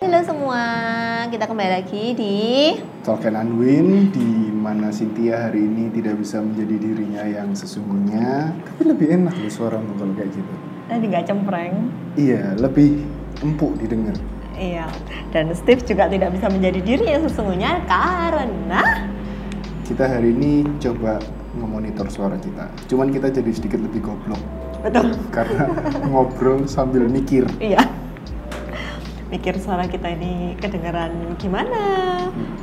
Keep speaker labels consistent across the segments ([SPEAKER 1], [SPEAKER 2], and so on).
[SPEAKER 1] halo semua. Kita kembali lagi di
[SPEAKER 2] Talk and Unwin di mana Cynthia hari ini tidak bisa menjadi dirinya yang sesungguhnya tapi lebih enak loh suaramu kalau kayak gitu
[SPEAKER 1] tadi nggak cempreng.
[SPEAKER 2] iya lebih empuk didengar
[SPEAKER 1] Iya. Dan Steve juga tidak bisa menjadi dirinya sesungguhnya karena
[SPEAKER 2] kita hari ini coba memonitor suara kita cuman kita jadi sedikit lebih goblok
[SPEAKER 1] betul.
[SPEAKER 2] karena ngobrol sambil mikir
[SPEAKER 1] Iya. Mikir suara kita ini kedengaran gimana?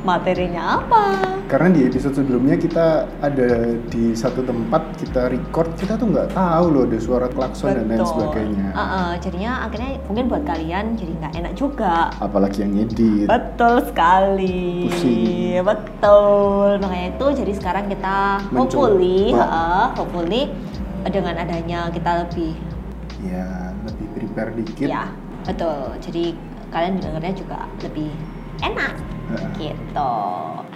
[SPEAKER 1] Materinya apa?
[SPEAKER 2] karena di episode sebelumnya kita ada di satu tempat kita record kita tuh nggak tahu loh ada suara klakson dan lain sebagainya
[SPEAKER 1] Uh-uh, jadinya akhirnya mungkin buat kalian jadi nggak enak juga.
[SPEAKER 2] apalagi yang edit
[SPEAKER 1] Betul sekali.
[SPEAKER 2] Gitu. Pusing.
[SPEAKER 1] Betul. Makanya itu jadi sekarang kita
[SPEAKER 2] Mencoba.
[SPEAKER 1] hopefully, heeh, hopefully dengan adanya kita lebih
[SPEAKER 2] ya lebih prepare dikit
[SPEAKER 1] ya, betul. Jadi kalian dengarnya juga lebih enak
[SPEAKER 2] Heeh.
[SPEAKER 1] gitu.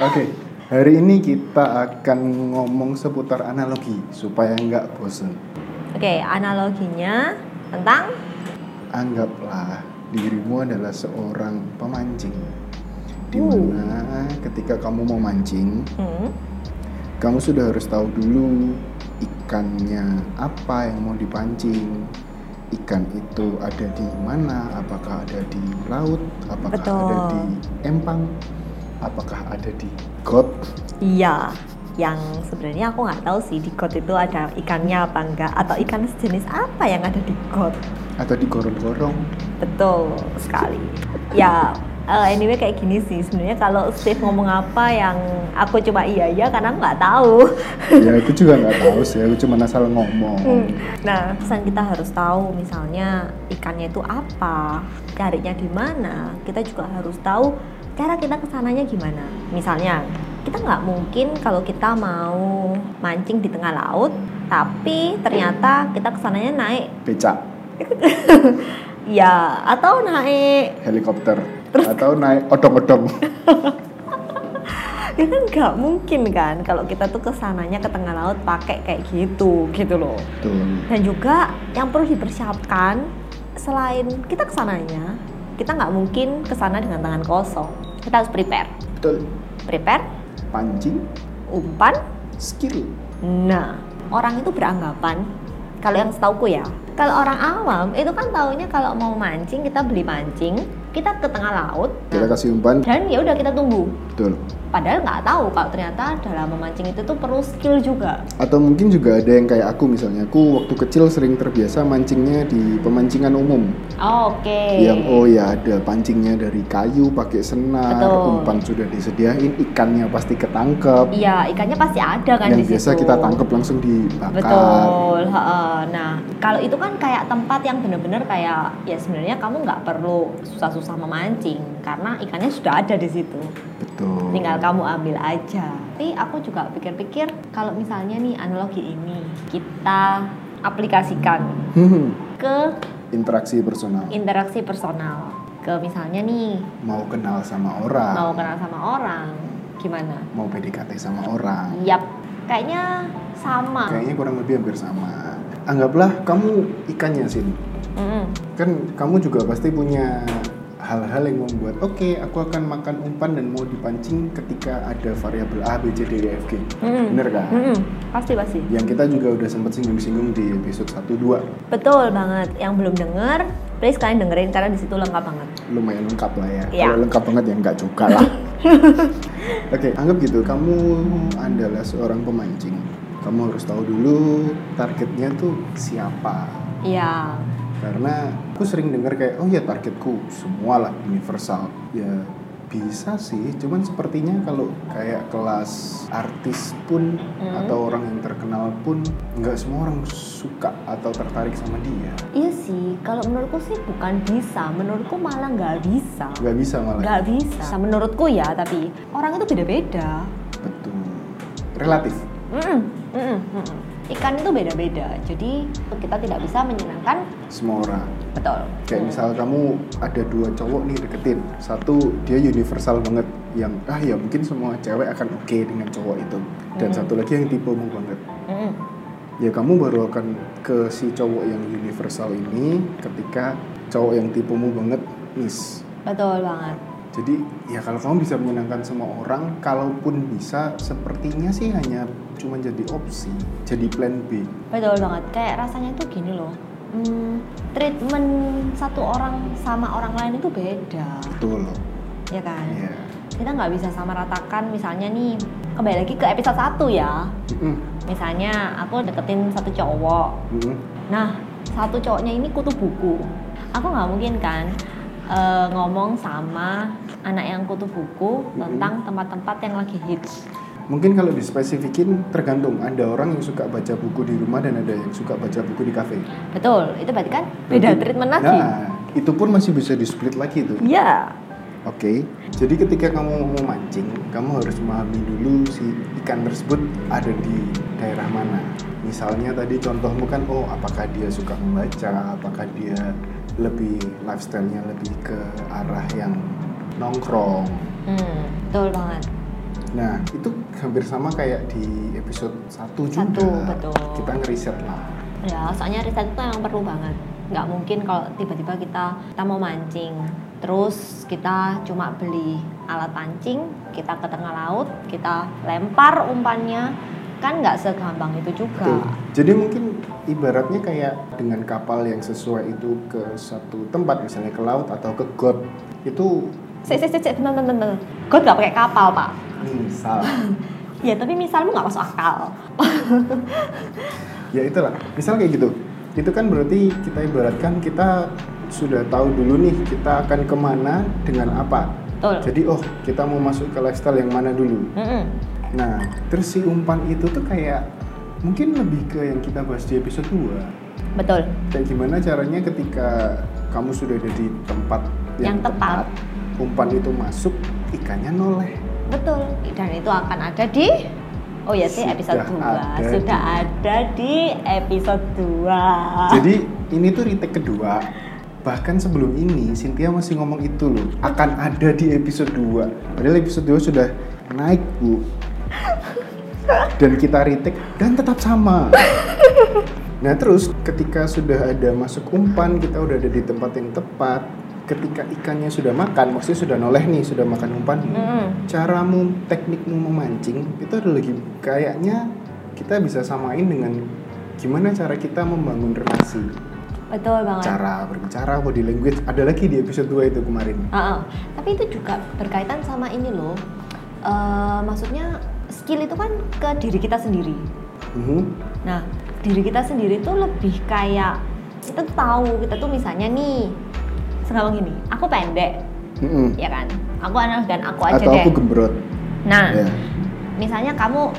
[SPEAKER 2] Oke, hari ini kita akan ngomong seputar analogi supaya nggak bosen.
[SPEAKER 1] Oke, analoginya tentang
[SPEAKER 2] Anggaplah dirimu adalah seorang pemancing.
[SPEAKER 1] Uh.
[SPEAKER 2] Dimana ketika kamu mau mancing,
[SPEAKER 1] hmm,
[SPEAKER 2] kamu sudah harus tahu dulu ikannya apa yang mau dipancing. Ikan itu ada di mana? Apakah ada di laut? Apakah ada
[SPEAKER 1] Betul.
[SPEAKER 2] di empang? Apakah ada di got?
[SPEAKER 1] iya yang sebenarnya aku nggak tahu sih di got itu ada ikannya apa enggak atau ikan sejenis apa yang ada di got.
[SPEAKER 2] Atau di gorong-gorong?
[SPEAKER 1] Betul sekali. Ya, eh, anyway kayak gini sih sebenarnya kalau Steve ngomong apa yang aku cuma iya iya karena aku nggak tahu.
[SPEAKER 2] ya aku juga nggak tahu sih aku cuma asal ngomong
[SPEAKER 1] Nah, pesan kita harus tahu misalnya ikannya itu apa, carinya di mana. Kita juga harus tahu cara kita kesananya gimana. Misalnya, kita nggak mungkin kalau kita mau mancing di tengah laut, tapi ternyata kita kesananya naik
[SPEAKER 2] becak
[SPEAKER 1] ya atau naik
[SPEAKER 2] helikopter atau naik odong-odong
[SPEAKER 1] ya kan nggak mungkin kan kalau kita tuh kesananya ke tengah laut pakai kayak gitu gitu loh
[SPEAKER 2] tuh
[SPEAKER 1] dan juga yang perlu dipersiapkan selain kita kesananya kita nggak mungkin kesana dengan tangan kosong kita harus prepare
[SPEAKER 2] betul
[SPEAKER 1] prepare
[SPEAKER 2] pancing
[SPEAKER 1] umpan
[SPEAKER 2] skill
[SPEAKER 1] nah orang itu beranggapan kalau yang setauku ya kalau orang awam itu kan taunya kalau mau mancing kita beli mancing kita ke tengah laut
[SPEAKER 2] kita kasih umpan
[SPEAKER 1] dan ya udah kita tunggu
[SPEAKER 2] betul
[SPEAKER 1] padahal nggak tahu kalau ternyata dalam memancing itu tuh perlu skill juga
[SPEAKER 2] atau mungkin juga ada yang kayak aku misalnya aku waktu kecil sering terbiasa mancingnya di pemancingan umum
[SPEAKER 1] oke
[SPEAKER 2] yang oh ya ada pancingnya dari kayu pakai senar
[SPEAKER 1] Betul.
[SPEAKER 2] umpan sudah disediain ikannya pasti ketangkep
[SPEAKER 1] iya ikannya pasti ada kan
[SPEAKER 2] yang
[SPEAKER 1] di
[SPEAKER 2] biasa
[SPEAKER 1] situ.
[SPEAKER 2] kita tangkep langsung dibakar
[SPEAKER 1] betul heeh. nah kalau itu kan kayak tempat yang bener-bener kayak ya sebenarnya kamu nggak perlu susah-susah memancing karena ikannya sudah ada di situ
[SPEAKER 2] betul
[SPEAKER 1] tinggal kamu ambil aja tapi aku juga pikir-pikir kalau misalnya nih analogi ini kita aplikasikan
[SPEAKER 2] Hmm,
[SPEAKER 1] ke
[SPEAKER 2] interaksi personal
[SPEAKER 1] interaksi personal ke misalnya nih
[SPEAKER 2] mau kenal sama orang
[SPEAKER 1] mau kenal sama orang gimana?
[SPEAKER 2] mau PDKT sama orang
[SPEAKER 1] Yap, kayaknya sama.
[SPEAKER 2] kayaknya kurang lebih hampir sama anggaplah kamu ikannya Sin
[SPEAKER 1] Mm-mm.
[SPEAKER 2] kan kamu juga pasti punya hal-hal yang membuat oke aku akan makan umpan dan mau dipancing ketika ada variabel A B C D E F G
[SPEAKER 1] Mm-mm.
[SPEAKER 2] bener kan
[SPEAKER 1] Mm-mm. Pasti pasti.
[SPEAKER 2] yang kita juga udah sempat singgung-singgung di episode 1
[SPEAKER 1] Betul banget. Yang belum denger, please kalian dengerin karena di situ lengkap banget.
[SPEAKER 2] 2 lumayan lengkap lah ya
[SPEAKER 1] Iya.
[SPEAKER 2] kalau lengkap banget ya enggak juga lah oke anggap gitu kamu adalah seorang pemancing kamu harus tahu dulu targetnya tuh siapa
[SPEAKER 1] Iya.
[SPEAKER 2] karena aku sering dengar kayak oh ya targetku semua lah universal ya bisa sih cuman sepertinya kalau kayak kelas artis pun
[SPEAKER 1] Hmm.
[SPEAKER 2] atau orang yang terkenal pun nggak semua orang suka atau tertarik sama dia
[SPEAKER 1] Iya sih, kalau menurutku sih bukan bisa, menurutku malah nggak bisa.
[SPEAKER 2] nggak bisa malah
[SPEAKER 1] Nggak bisa. Menurutku ya, tapi orang itu beda-beda.
[SPEAKER 2] betul relatif
[SPEAKER 1] Mm-mm. Mm-mm. Mm-mm. Ikan itu beda-beda, jadi kita tidak bisa menyenangkan.
[SPEAKER 2] semua orang
[SPEAKER 1] Betul.
[SPEAKER 2] kayak misal kamu ada dua cowok nih deketin satu dia universal banget yang ah ya mungkin semua cewek akan oke dengan cowok itu dan
[SPEAKER 1] Hmm.
[SPEAKER 2] satu lagi yang tipemu banget
[SPEAKER 1] Mm-mm.
[SPEAKER 2] ya kamu baru akan ke si cowok yang universal ini ketika cowok yang tipemu banget miss
[SPEAKER 1] betul banget
[SPEAKER 2] Jadi ya kalau kamu bisa menyenangkan semua orang, kalaupun bisa, sepertinya sih hanya cuma jadi opsi, jadi plan B.
[SPEAKER 1] betul banget kayak rasanya tuh gini loh hmm, treatment satu orang sama orang lain itu beda
[SPEAKER 2] Betul loh.
[SPEAKER 1] ya kan
[SPEAKER 2] Iya.
[SPEAKER 1] kita nggak bisa sama ratakan misalnya nih kembali lagi ke episode 1 ya
[SPEAKER 2] Mm-mm,
[SPEAKER 1] misalnya aku deketin satu cowok
[SPEAKER 2] mm-mm.
[SPEAKER 1] nah satu cowoknya ini kutu buku aku nggak mungkin kan eh, ngomong sama anak yang kutu buku tentang tempat-tempat yang lagi hits
[SPEAKER 2] Mungkin kalau dispesifikin tergantung ada orang yang suka baca buku di rumah dan ada yang suka baca buku di kafe.
[SPEAKER 1] betul itu berarti kan beda
[SPEAKER 2] Berarti-
[SPEAKER 1] treatment lagi
[SPEAKER 2] Nah, itu pun masih bisa di split lagi tuh.
[SPEAKER 1] Iya
[SPEAKER 2] Oke, jadi ketika kamu mau mancing, kamu harus memahami dulu si ikan tersebut ada di daerah mana. Misalnya tadi contohmu kan, oh apakah dia suka membaca, apakah dia lebih lifestyle-nya lebih ke arah yang nongkrong.
[SPEAKER 1] hmm, betul banget
[SPEAKER 2] Nah, itu hampir sama kayak di episode 1 juga.
[SPEAKER 1] Satu, betul.
[SPEAKER 2] Kita ngeriset lah.
[SPEAKER 1] ya soalnya riset itu emang perlu banget nggak mungkin kalau tiba-tiba kita kita mau mancing terus kita cuma beli alat pancing kita ke tengah laut kita lempar umpannya kan nggak segampang itu juga
[SPEAKER 2] Betul. Jadi mungkin ibaratnya kayak dengan kapal yang sesuai itu ke satu tempat, misalnya ke laut atau ke got, itu
[SPEAKER 1] Sik, sik, sik, sik, bentar, bentar, bentar. Gue nggak pakai kapal, Pak.
[SPEAKER 2] misal
[SPEAKER 1] Ya, tapi misalmu nggak masuk akal.
[SPEAKER 2] ya itulah misal kayak gitu itu kan berarti kita ibaratkan kita sudah tahu dulu nih kita akan kemana dengan apa
[SPEAKER 1] Betul.
[SPEAKER 2] jadi oh kita mau masuk ke lifestyle yang mana dulu
[SPEAKER 1] Mm-mm.
[SPEAKER 2] nah terus si umpan itu tuh kayak mungkin lebih ke yang kita bahas di episode 2
[SPEAKER 1] Betul.
[SPEAKER 2] kayak gimana caranya ketika kamu sudah ada di tempat yang,
[SPEAKER 1] Yang tepat.
[SPEAKER 2] umpan itu masuk ikannya noleh
[SPEAKER 1] Betul. Dan itu akan ada di... Oh ya sih, episode 2.
[SPEAKER 2] Sudah ada
[SPEAKER 1] Sudah
[SPEAKER 2] di-
[SPEAKER 1] ada di episode 2.
[SPEAKER 2] Jadi ini tuh retake kedua. Bahkan sebelum ini Cynthia masih ngomong itu loh, akan ada di episode 2. Padahal episode 2 sudah naik, Bu. Dan kita retake dan tetap sama. Nah, terus ketika sudah ada masuk umpan, kita udah ada di tempat yang tepat. Ketika ikannya sudah makan, maksudnya sudah noleh nih, sudah makan umpanmu.
[SPEAKER 1] Mm-mm.
[SPEAKER 2] Caramu, teknikmu memancing itu ada lagi kayaknya kita bisa samain dengan gimana cara kita membangun relasi
[SPEAKER 1] Betul banget.
[SPEAKER 2] cara berbicara body language ada lagi di episode 2 itu kemarin
[SPEAKER 1] Ah, ah. Tapi itu juga berkaitan sama ini loh. Eh, maksudnya skill itu kan ke diri kita sendiri.
[SPEAKER 2] Mhm.
[SPEAKER 1] Nah, diri kita sendiri tuh lebih kayak kita tuh tahu kita tuh misalnya nih sekarang gini, aku pendek,
[SPEAKER 2] Mhm.
[SPEAKER 1] ya kan? Aku anak dan aku aja
[SPEAKER 2] atau
[SPEAKER 1] deh.
[SPEAKER 2] aku gembrot
[SPEAKER 1] nah,
[SPEAKER 2] ya
[SPEAKER 1] misalnya kamu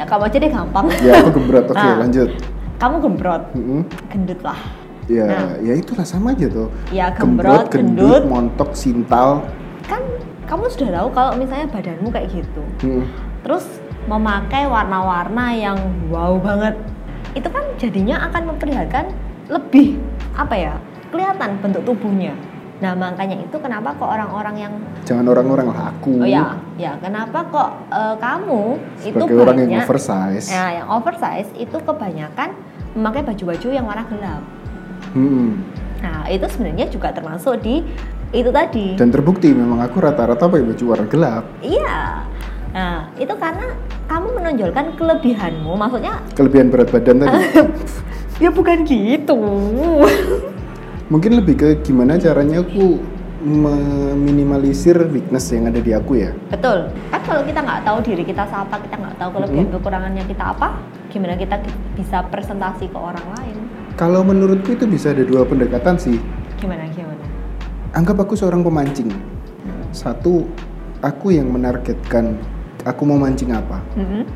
[SPEAKER 1] ya kamu aja deh gampang.
[SPEAKER 2] ya aku gembrot oke
[SPEAKER 1] Ah.
[SPEAKER 2] lanjut
[SPEAKER 1] kamu gembrot,
[SPEAKER 2] Mhm.
[SPEAKER 1] gendut lah.
[SPEAKER 2] ya
[SPEAKER 1] Nah.
[SPEAKER 2] ya itulah sama aja tuh
[SPEAKER 1] Ya gembrot,
[SPEAKER 2] gendut
[SPEAKER 1] gendut.
[SPEAKER 2] montok sintal
[SPEAKER 1] Kan kamu sudah tahu kalau misalnya badanmu kayak gitu.
[SPEAKER 2] Mhm.
[SPEAKER 1] Terus memakai warna-warna yang wow banget. Itu kan jadinya akan memperlihatkan lebih apa ya? kelihatan bentuk tubuhnya. Nah, makanya itu kenapa kok orang-orang yang
[SPEAKER 2] jangan orang-orang lah aku
[SPEAKER 1] Oh ya, ya kenapa kok eh, kamu itu
[SPEAKER 2] Hmm. sebagai orang yang
[SPEAKER 1] banyak
[SPEAKER 2] oversize
[SPEAKER 1] ya, yang oversize itu kebanyakan memakai baju-baju yang warna gelap.
[SPEAKER 2] Mhm.
[SPEAKER 1] Nah, itu sebenarnya juga termasuk di itu tadi.
[SPEAKER 2] dan terbukti memang aku rata-rata pakai baju warna gelap
[SPEAKER 1] Iya. Nah, itu karena kamu menonjolkan kelebihanmu. Maksudnya
[SPEAKER 2] kelebihan berat badan tadi
[SPEAKER 1] ya bukan gitu.
[SPEAKER 2] mungkin lebih ke gimana caranya aku meminimalisir weakness yang ada di aku ya
[SPEAKER 1] Betul. Kan kalau kita nggak tahu diri kita siapa, kita nggak tahu kelebihan
[SPEAKER 2] Mhm.
[SPEAKER 1] kekurangannya kita apa, gimana kita ki- bisa presentasi ke orang lain?
[SPEAKER 2] kalau menurutku itu bisa ada dua pendekatan sih
[SPEAKER 1] Gimana gimana?
[SPEAKER 2] anggap aku seorang pemancing satu aku yang menargetkan aku mau mancing apa
[SPEAKER 1] Mhm.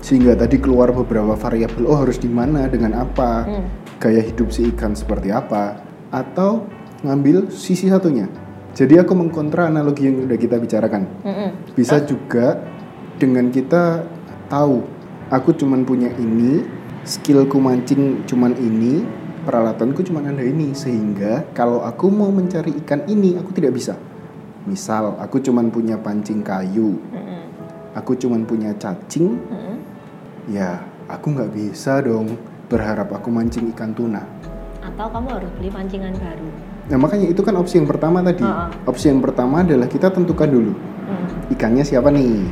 [SPEAKER 2] sehingga tadi keluar beberapa variabel oh harus di mana dengan apa
[SPEAKER 1] Hmm.
[SPEAKER 2] gaya hidup si ikan seperti apa atau ngambil sisi satunya jadi aku mengkontra analogi yang udah kita bicarakan
[SPEAKER 1] Mhm.
[SPEAKER 2] bisa juga dengan kita tahu aku cuman punya ini skillku mancing cuman ini peralatanku cuman ada ini sehingga kalau aku mau mencari ikan ini aku tidak bisa misal aku cuman punya pancing kayu
[SPEAKER 1] Mhm.
[SPEAKER 2] aku cuman punya cacing
[SPEAKER 1] Mhm.
[SPEAKER 2] ya aku nggak bisa dong berharap aku mancing ikan tuna
[SPEAKER 1] atau kamu harus beli pancingan baru.
[SPEAKER 2] Nah makanya itu kan opsi yang pertama tadi.
[SPEAKER 1] Heeh.
[SPEAKER 2] Opsi yang pertama adalah kita tentukan dulu
[SPEAKER 1] Hmm.
[SPEAKER 2] ikannya siapa nih.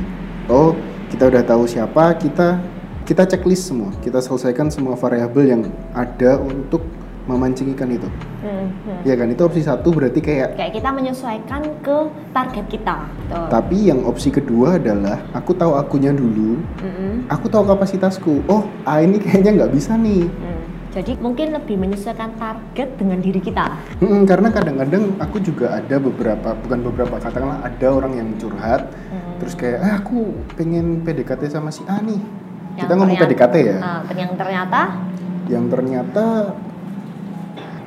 [SPEAKER 2] Oh kita udah tahu siapa kita kita checklist semua. Kita selesaikan semua variabel yang ada untuk memancing ikan itu.
[SPEAKER 1] Hmm, hmm.
[SPEAKER 2] Ya kan itu opsi satu berarti kayak.
[SPEAKER 1] Kayak kita menyesuaikan ke target kita. Tuh.
[SPEAKER 2] Tapi yang opsi kedua adalah aku tahu akunya dulu.
[SPEAKER 1] Mm-mm.
[SPEAKER 2] Aku tahu kapasitasku. Oh ah ini kayaknya nggak bisa nih.
[SPEAKER 1] Hmm. Jadi mungkin lebih menyesuaikan target dengan diri kita.
[SPEAKER 2] Mm-mm, karena kadang-kadang aku juga ada beberapa, bukan beberapa, katakanlah ada orang yang curhat,
[SPEAKER 1] Hmm.
[SPEAKER 2] terus kayak, ah aku pengen PDKT sama si A nih.
[SPEAKER 1] Yang
[SPEAKER 2] Kita ngomong
[SPEAKER 1] ternyata-
[SPEAKER 2] PDKT ya,
[SPEAKER 1] Nah, ter- yang ternyata
[SPEAKER 2] yang ternyata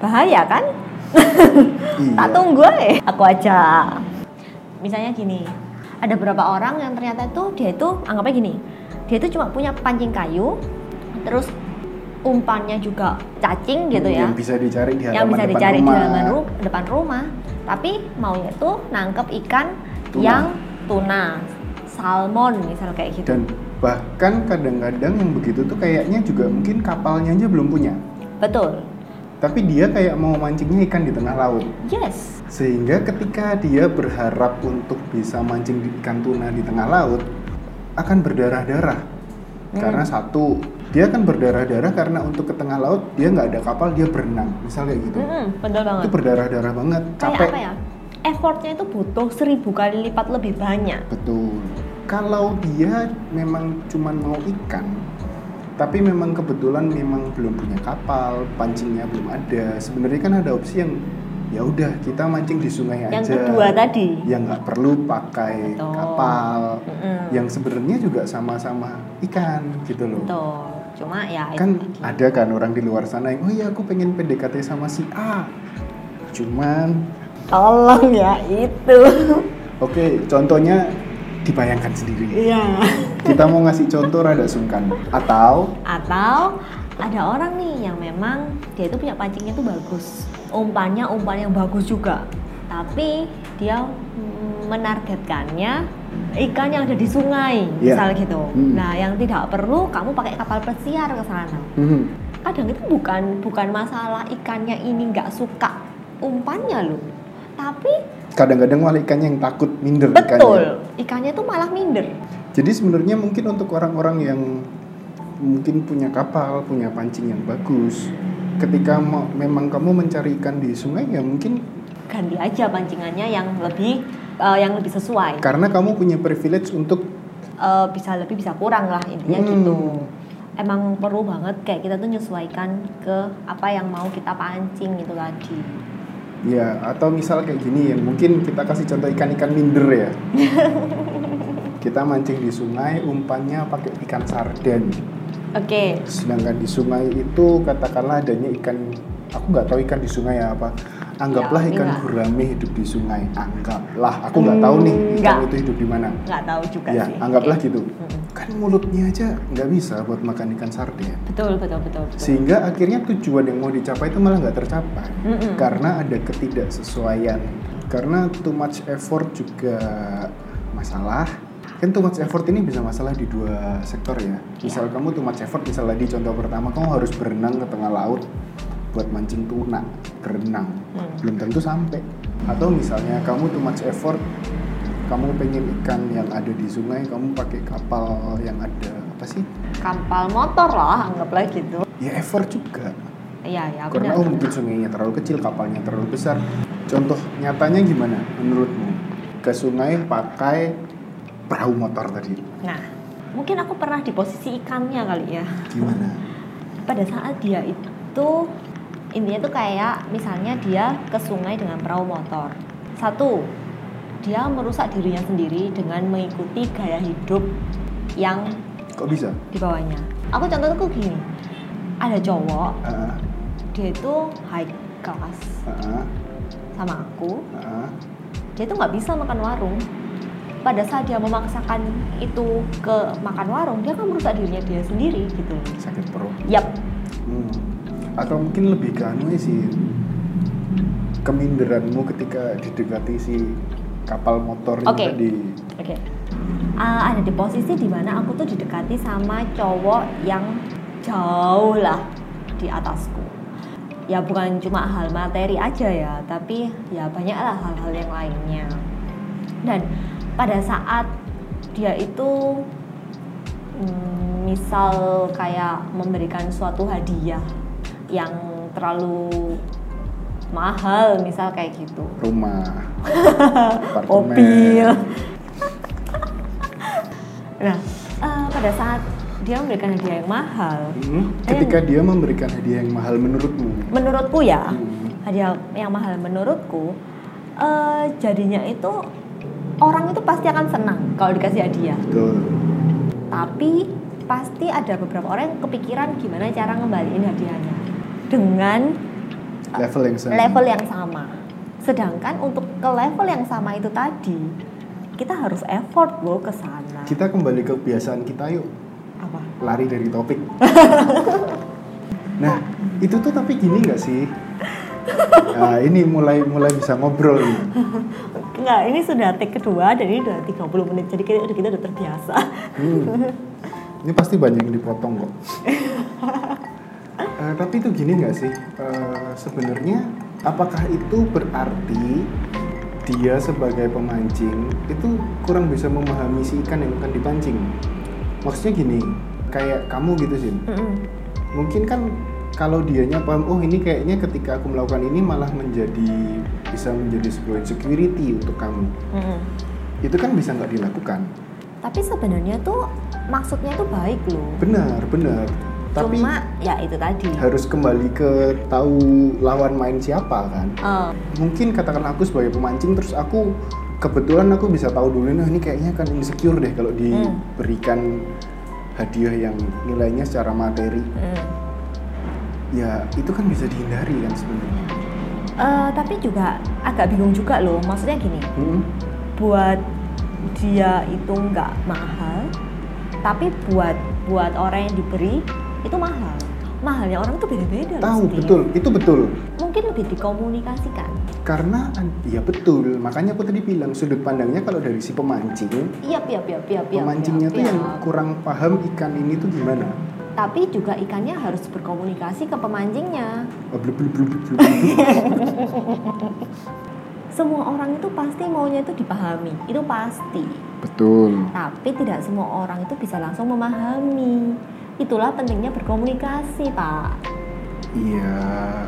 [SPEAKER 1] bahaya kan? Tak
[SPEAKER 2] iya,
[SPEAKER 1] tunggu eh. Aku aja. Misalnya gini, ada beberapa orang yang ternyata itu dia itu anggapnya gini, dia itu cuma punya pancing kayu, terus umpannya juga cacing gitu ya,
[SPEAKER 2] yang bisa dicari di
[SPEAKER 1] yang
[SPEAKER 2] halaman
[SPEAKER 1] bisa
[SPEAKER 2] Hmm, iya, depan
[SPEAKER 1] dicari
[SPEAKER 2] rumah.
[SPEAKER 1] di halaman ru- depan rumah. Tapi maunya tuh nangkep ikan
[SPEAKER 2] Tuna.
[SPEAKER 1] yang tuna, salmon misal kayak gitu.
[SPEAKER 2] Dan bahkan kadang-kadang yang begitu tuh kayaknya juga mungkin kapalnya aja belum punya.
[SPEAKER 1] Betul.
[SPEAKER 2] Tapi dia kayak mau mancingnya ikan di tengah laut.
[SPEAKER 1] Yes.
[SPEAKER 2] Sehingga ketika dia berharap untuk bisa mancing di ikan tuna di tengah laut, akan berdarah-darah.
[SPEAKER 1] Hmm.
[SPEAKER 2] Karena satu, dia akan berdarah-darah karena untuk ke tengah laut dia nggak ada kapal, dia berenang, misalnya gitu.
[SPEAKER 1] Mm-mm, betul banget.
[SPEAKER 2] Itu berdarah-darah banget,
[SPEAKER 1] Hmm. kayak
[SPEAKER 2] capek.
[SPEAKER 1] apa ya? Effortnya itu butuh seribu kali lipat lebih banyak.
[SPEAKER 2] Betul. Kalau dia memang cuman mau ikan, tapi memang kebetulan memang belum punya kapal, pancingnya belum ada. Sebenarnya kan ada opsi yang ya udah kita mancing di sungai
[SPEAKER 1] Yang
[SPEAKER 2] aja.
[SPEAKER 1] kedua tadi.
[SPEAKER 2] yang nggak perlu pakai
[SPEAKER 1] Betul.
[SPEAKER 2] kapal
[SPEAKER 1] Mm-mm.
[SPEAKER 2] yang sebenarnya juga sama-sama ikan gitu loh
[SPEAKER 1] Betul. Cuma ya itu
[SPEAKER 2] kan
[SPEAKER 1] tadi.
[SPEAKER 2] ada kan orang di luar sana yang oh iya aku pengen PDKT sama si A cuman
[SPEAKER 1] tolong ya itu.
[SPEAKER 2] oke contohnya dibayangkan sendiri
[SPEAKER 1] Iya.
[SPEAKER 2] kita mau ngasih contoh rada sungkan atau
[SPEAKER 1] Atau ada orang nih yang memang dia itu punya pancingnya tuh bagus. Umpannya umpan yang bagus juga. Tapi dia mm, menargetkannya ikan yang ada di sungai,
[SPEAKER 2] Iya.
[SPEAKER 1] misal gitu.
[SPEAKER 2] Hmm.
[SPEAKER 1] Nah, yang tidak perlu kamu pakai kapal pesiar ke sana.
[SPEAKER 2] hmm,
[SPEAKER 1] kadang itu bukan bukan masalah ikannya ini nggak suka umpannya loh tapi
[SPEAKER 2] kadang-kadang malah ikannya yang takut minder
[SPEAKER 1] betul
[SPEAKER 2] ikannya
[SPEAKER 1] ikannya tuh malah minder
[SPEAKER 2] jadi sebenarnya mungkin untuk orang-orang yang mungkin punya kapal punya pancing yang bagus ketika mau- memang kamu mencari ikan di sungai ya mungkin
[SPEAKER 1] ganti aja pancingannya yang lebih eh, yang lebih sesuai
[SPEAKER 2] karena kamu punya privilege untuk
[SPEAKER 1] Eh, bisa lebih bisa kurang lah intinya
[SPEAKER 2] Hmm.
[SPEAKER 1] gitu emang perlu banget kayak kita tuh menyesuaikan ke apa yang mau kita pancing gitu tadi
[SPEAKER 2] ya atau misal kayak gini ya mungkin kita kasih contoh ikan-ikan minder ya kita mancing di sungai umpannya pakai ikan sarden
[SPEAKER 1] oke
[SPEAKER 2] sedangkan di sungai itu katakanlah adanya ikan aku nggak tahu ikan di sungai ya apa anggaplah
[SPEAKER 1] Ya,
[SPEAKER 2] ikan
[SPEAKER 1] enggak.
[SPEAKER 2] gurame hidup di sungai anggaplah aku nggak tahu nih
[SPEAKER 1] Hmm,
[SPEAKER 2] ikan
[SPEAKER 1] enggak.
[SPEAKER 2] itu hidup di mana
[SPEAKER 1] nggak tahu juga
[SPEAKER 2] ya
[SPEAKER 1] sih
[SPEAKER 2] anggaplah
[SPEAKER 1] Oke.
[SPEAKER 2] gitu
[SPEAKER 1] Mm-mm.
[SPEAKER 2] kan mulutnya aja nggak bisa buat makan ikan sarden
[SPEAKER 1] betul betul betul, betul.
[SPEAKER 2] sehingga akhirnya tujuan yang mau dicapai itu malah nggak tercapai
[SPEAKER 1] Mm-mm.
[SPEAKER 2] karena ada ketidaksesuaian karena too much effort juga masalah kan too much effort ini bisa masalah di dua sektor
[SPEAKER 1] Iya.
[SPEAKER 2] ya misal kamu too much effort misal tadi contoh pertama kamu harus berenang ke tengah laut buat mancing tuna berenang
[SPEAKER 1] Hmm.
[SPEAKER 2] belum tentu sampai atau misalnya kamu too much effort kamu pengen ikan yang ada di sungai kamu pakai kapal yang ada apa sih
[SPEAKER 1] kapal motor lah anggaplah gitu
[SPEAKER 2] ya effort juga
[SPEAKER 1] Iya, ya,
[SPEAKER 2] karena
[SPEAKER 1] benar.
[SPEAKER 2] oh mungkin sungainya terlalu kecil, kapalnya terlalu besar. Contoh nyatanya gimana menurutmu? Ke sungai pakai perahu motor tadi.
[SPEAKER 1] Nah, mungkin aku pernah di posisi ikannya kali ya.
[SPEAKER 2] Gimana?
[SPEAKER 1] Pada saat dia itu intinya tuh kayak misalnya dia ke sungai dengan perahu motor. Satu, dia merusak dirinya sendiri dengan mengikuti gaya hidup yang
[SPEAKER 2] Kok bisa?
[SPEAKER 1] di bawahnya. Aku contohnya tuh gini. Ada cowok,
[SPEAKER 2] Ah,
[SPEAKER 1] dia itu high class
[SPEAKER 2] ah, ah,
[SPEAKER 1] sama aku.
[SPEAKER 2] ah.
[SPEAKER 1] dia tuh nggak bisa makan warung pada saat dia memaksakan itu ke makan warung dia kan merusak dirinya dia sendiri gitu loh
[SPEAKER 2] sakit perut.
[SPEAKER 1] yap
[SPEAKER 2] Hmm. Atau mungkin lebih ke anu sih keminderanmu ketika didekati si kapal motor yang
[SPEAKER 1] Oke.
[SPEAKER 2] tadi.
[SPEAKER 1] oke Ah, ada di posisi dimana aku tuh didekati sama cowok yang jauh lah di atasku ya bukan cuma hal materi aja ya tapi ya banyaklah hal-hal yang lainnya dan pada saat dia itu mm, misal kayak memberikan suatu hadiah yang terlalu mahal misal kayak gitu
[SPEAKER 2] rumah apartemen.
[SPEAKER 1] mobil. nah, eh, pada saat dia memberikan hadiah yang mahal,
[SPEAKER 2] Hmm, ketika
[SPEAKER 1] Eh.
[SPEAKER 2] dia memberikan hadiah yang mahal menurutmu
[SPEAKER 1] menurutku ya,
[SPEAKER 2] Hmm.
[SPEAKER 1] hadiah yang mahal menurutku, eh, jadinya itu orang itu pasti akan senang kalau dikasih hadiah.
[SPEAKER 2] betul
[SPEAKER 1] Tapi pasti ada beberapa orang yang kepikiran gimana cara ngembaliin hadiahnya dengan
[SPEAKER 2] level yang sama
[SPEAKER 1] level yang sama. Sedangkan untuk ke level yang sama itu tadi, kita harus effort loh ke sana.
[SPEAKER 2] kita kembali ke kebiasaan kita yuk
[SPEAKER 1] Apa?
[SPEAKER 2] lari dari topik nah itu tuh tapi gini nggak sih Nah, ini mulai mulai bisa ngobrol nih.
[SPEAKER 1] Enggak, ini sudah take kedua dan ini udah 30 menit jadi kita kita udah terbiasa.
[SPEAKER 2] Hmm. Ini pasti banyak yang dipotong kok. Eh, tapi itu gini nggak sih? Eh, Sebenarnya apakah itu berarti dia sebagai pemancing itu kurang bisa memahami si ikan yang akan dipancing? Maksudnya gini, kayak kamu gitu sih. Mungkin kan kalau dianya paham, oh ini kayaknya ketika aku melakukan ini malah menjadi bisa menjadi sebuah insecurity untuk kamu. Itu kan bisa nggak dilakukan.
[SPEAKER 1] Tapi sebenarnya tuh maksudnya tuh baik loh.
[SPEAKER 2] Benar, benar. Tapi
[SPEAKER 1] Cuma ya itu tadi.
[SPEAKER 2] harus kembali ke tahu lawan main siapa kan
[SPEAKER 1] Eh,
[SPEAKER 2] mungkin katakan aku sebagai pemancing terus aku kebetulan aku bisa tahu dulu nah ini kayaknya kan insecure deh kalau diberikan hadiah yang nilainya secara materi
[SPEAKER 1] mm.
[SPEAKER 2] ya itu kan bisa dihindari kan sebenarnya
[SPEAKER 1] Eh, tapi juga agak bingung juga loh. Maksudnya gini,
[SPEAKER 2] Hmm,
[SPEAKER 1] buat dia itu nggak mahal, tapi buat buat orang yang diberi itu mahal. Mahalnya orang tuh beda-beda. loh,
[SPEAKER 2] tahu
[SPEAKER 1] Steve.
[SPEAKER 2] betul itu betul
[SPEAKER 1] Mungkin lebih dikomunikasikan.
[SPEAKER 2] karena ya betul makanya aku tadi bilang sudut pandangnya kalau dari si pemancing
[SPEAKER 1] Iya, iya, iya, iya, iya.
[SPEAKER 2] pemancingnya
[SPEAKER 1] iya,
[SPEAKER 2] tuh yang
[SPEAKER 1] iya.
[SPEAKER 2] kurang paham ikan ini tuh gimana
[SPEAKER 1] tapi juga ikannya harus berkomunikasi ke pemancingnya.
[SPEAKER 2] Oh, blub, blub, blub, blub, blub.
[SPEAKER 1] Semua orang itu pasti maunya itu dipahami, itu pasti.
[SPEAKER 2] betul
[SPEAKER 1] Tapi tidak semua orang itu bisa langsung memahami. Itulah pentingnya berkomunikasi, Pak.
[SPEAKER 2] Iya,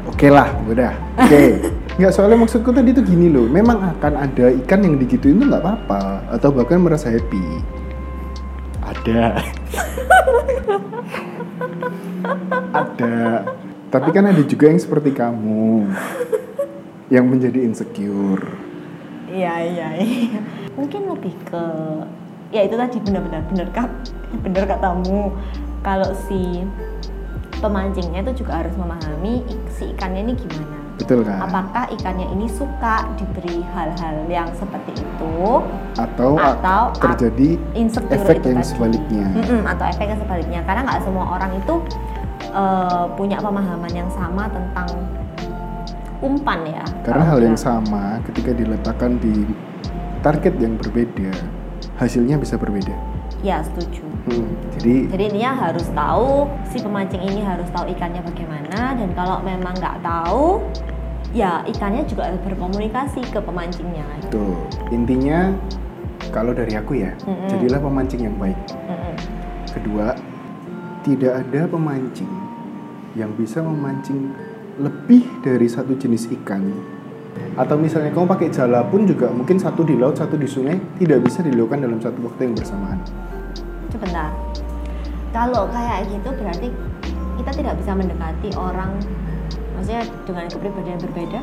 [SPEAKER 2] oke lah, udah. Oke. Nggak soalnya maksudku tadi tuh gini loh, memang akan ada ikan yang digituin tuh nggak apa-apa, atau bahkan merasa happy. Ada. ada. Tapi kan ada juga yang seperti kamu, yang menjadi insecure.
[SPEAKER 1] Iya, iya, iya. Mungkin lebih ke ya itu tadi benar-benar benar kak benar katamu kalau si pemancingnya itu juga harus memahami ik- si ikannya ini gimana
[SPEAKER 2] Betul kan?
[SPEAKER 1] apakah ikannya ini suka diberi hal-hal yang seperti itu
[SPEAKER 2] Atau, a-
[SPEAKER 1] atau a-
[SPEAKER 2] terjadi
[SPEAKER 1] insecure
[SPEAKER 2] efek
[SPEAKER 1] itu
[SPEAKER 2] yang
[SPEAKER 1] tadi.
[SPEAKER 2] sebaliknya.
[SPEAKER 1] Mm-mm, atau efek yang sebaliknya karena nggak semua orang itu eh, punya pemahaman yang sama tentang umpan ya
[SPEAKER 2] Karena
[SPEAKER 1] Kalau
[SPEAKER 2] hal yang
[SPEAKER 1] bilang.
[SPEAKER 2] sama ketika diletakkan di target yang berbeda, hasilnya bisa berbeda.
[SPEAKER 1] ya setuju
[SPEAKER 2] Jadi
[SPEAKER 1] jadi intinya harus tahu si pemancing ini harus tahu ikannya bagaimana dan kalau memang nggak tahu ya ikannya juga harus berkomunikasi ke pemancingnya
[SPEAKER 2] itu intinya kalau dari aku ya,
[SPEAKER 1] Mm-mm.
[SPEAKER 2] jadilah pemancing yang baik.
[SPEAKER 1] Mm-mm.
[SPEAKER 2] Kedua, tidak ada pemancing yang bisa memancing lebih dari satu jenis ikan. Atau misalnya kamu pakai jala pun juga mungkin satu di laut, satu di sungai, tidak bisa dilakukan dalam satu waktu yang bersamaan.
[SPEAKER 1] sebentar kalau kayak gitu berarti kita tidak bisa mendekati orang maksudnya dengan kepribadian berbeda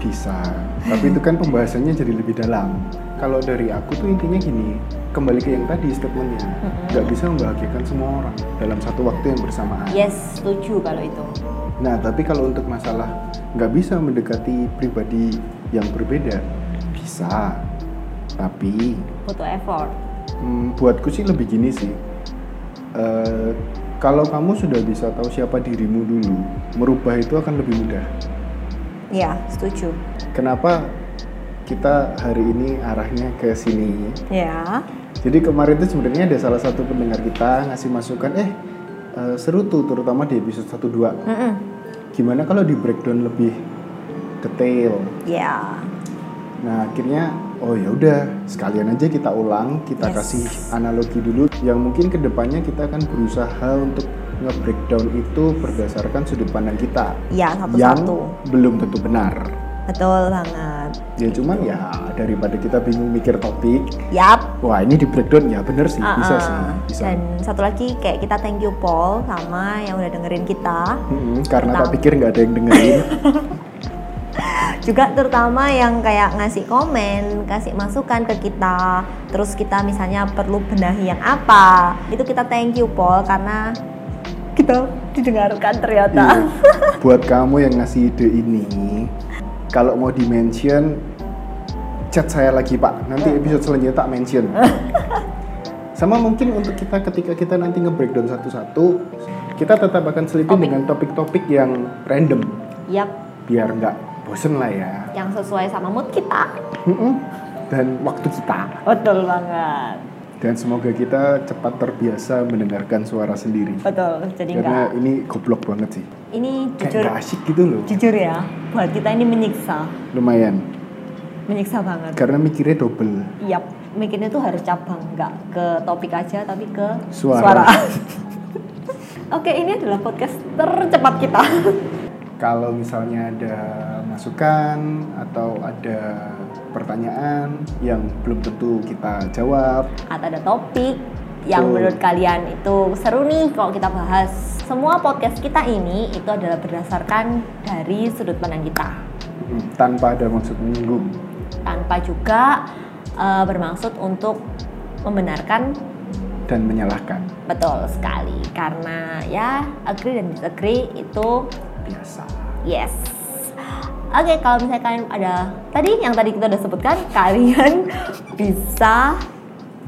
[SPEAKER 2] bisa tapi itu kan pembahasannya jadi lebih dalam kalau dari aku tuh intinya gini kembali ke yang tadi statementnya nggak bisa membahagiakan semua orang dalam satu waktu yang bersamaan
[SPEAKER 1] yes setuju kalau itu
[SPEAKER 2] nah tapi kalau untuk masalah nggak bisa mendekati pribadi yang berbeda bisa tapi
[SPEAKER 1] butuh effort
[SPEAKER 2] Hmm, buatku sih lebih gini sih. Eh, kalau kamu sudah bisa tahu siapa dirimu dulu, merubah itu akan lebih mudah.
[SPEAKER 1] ya setuju
[SPEAKER 2] Kenapa kita hari ini arahnya ke sini?
[SPEAKER 1] ya
[SPEAKER 2] Jadi kemarin itu sebenarnya ada salah satu pendengar kita ngasih masukan, eh eh, seru tuh terutama di episode 1 2. gimana kalau di breakdown lebih detail
[SPEAKER 1] ya
[SPEAKER 2] Nah akhirnya oh ya udah sekalian aja kita ulang kita
[SPEAKER 1] Yes.
[SPEAKER 2] kasih analogi dulu yang mungkin kedepannya kita akan berusaha untuk nge-breakdown itu berdasarkan sudut pandang kita
[SPEAKER 1] ya satu-satu
[SPEAKER 2] yang belum tentu benar.
[SPEAKER 1] betul banget
[SPEAKER 2] Ya cuman ya daripada kita bingung mikir topik,
[SPEAKER 1] yap
[SPEAKER 2] wah ini di breakdown ya bener sih bisa
[SPEAKER 1] Ah,
[SPEAKER 2] sih
[SPEAKER 1] ah.
[SPEAKER 2] bisa.
[SPEAKER 1] Dan satu lagi kayak kita thank you Paul sama yang udah dengerin kita
[SPEAKER 2] Mm-mm, karena tak
[SPEAKER 1] Tentang-
[SPEAKER 2] pikir nggak ada yang dengerin. Iya.
[SPEAKER 1] juga terutama yang kayak ngasih komen, kasih masukan ke kita, terus kita misalnya perlu benahi yang apa, itu kita thank you Paul karena kita didengarkan ternyata.
[SPEAKER 2] Iya. Buat kamu yang ngasih ide ini, kalau mau di mention, chat saya lagi pak. Nanti episode selanjutnya tak mention. Sama mungkin untuk kita ketika kita nanti nge-breakdown satu-satu, kita tetap akan selipin
[SPEAKER 1] Topik.
[SPEAKER 2] dengan topik-topik yang random, Iya.
[SPEAKER 1] Yap,
[SPEAKER 2] biar nggak bosen lah ya.
[SPEAKER 1] yang sesuai sama mood kita.
[SPEAKER 2] Mm-mm. Dan waktu kita.
[SPEAKER 1] Betul banget.
[SPEAKER 2] Dan semoga kita cepat terbiasa mendengarkan suara sendiri.
[SPEAKER 1] Betul. Jadi
[SPEAKER 2] Karena
[SPEAKER 1] enggak.
[SPEAKER 2] ini goblok banget sih.
[SPEAKER 1] Ini
[SPEAKER 2] Kayak
[SPEAKER 1] jujur
[SPEAKER 2] nggak asik gitu loh.
[SPEAKER 1] jujur ya, buat kita ini menyiksa,
[SPEAKER 2] Lumayan.
[SPEAKER 1] menyiksa banget.
[SPEAKER 2] Karena mikirnya double.
[SPEAKER 1] Yap, mikirnya tuh harus cabang, nggak ke topik aja, tapi ke
[SPEAKER 2] Suara.
[SPEAKER 1] Oke, ini adalah podcast tercepat kita.
[SPEAKER 2] Kalau misalnya ada masukan atau ada pertanyaan yang belum tentu kita jawab,
[SPEAKER 1] Atau ada topik yang
[SPEAKER 2] Betul.
[SPEAKER 1] menurut kalian itu seru nih kalau kita bahas. Semua podcast kita ini itu adalah berdasarkan dari sudut pandang kita,
[SPEAKER 2] mm, tanpa ada maksud menyinggung.
[SPEAKER 1] tanpa juga eh, bermaksud untuk membenarkan
[SPEAKER 2] dan menyalahkan
[SPEAKER 1] betul sekali. Karena ya agree dan disagree itu
[SPEAKER 2] biasa.
[SPEAKER 1] Yes. Oke, kalau misalnya kalian ada tadi yang tadi kita udah sebutkan, kalian bisa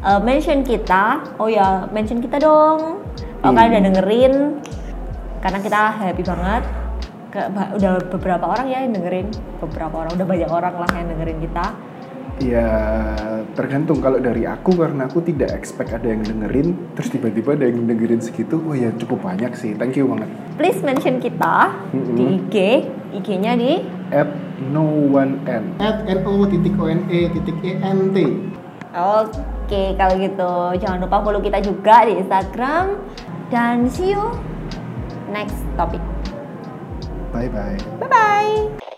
[SPEAKER 1] uh, mention kita. Oh ya, mention kita dong. Kalau
[SPEAKER 2] Hmm.
[SPEAKER 1] kalian udah dengerin, karena kita happy banget. Ke, ba- udah beberapa orang ya yang dengerin, beberapa orang udah banyak orang lah yang dengerin kita.
[SPEAKER 2] Ya tergantung kalau dari aku karena aku tidak expect ada yang dengerin, terus tiba-tiba ada yang dengerin segitu, oh ya cukup banyak sih. Thank you banget.
[SPEAKER 1] Please mention kita
[SPEAKER 2] Mm-mm.
[SPEAKER 1] di IG, IG-nya di
[SPEAKER 2] At no one n at no titik o n e titik e n t
[SPEAKER 1] Oke, kalau gitu jangan lupa follow kita juga di Instagram dan see you next topic.
[SPEAKER 2] bye bye
[SPEAKER 1] Bye bye.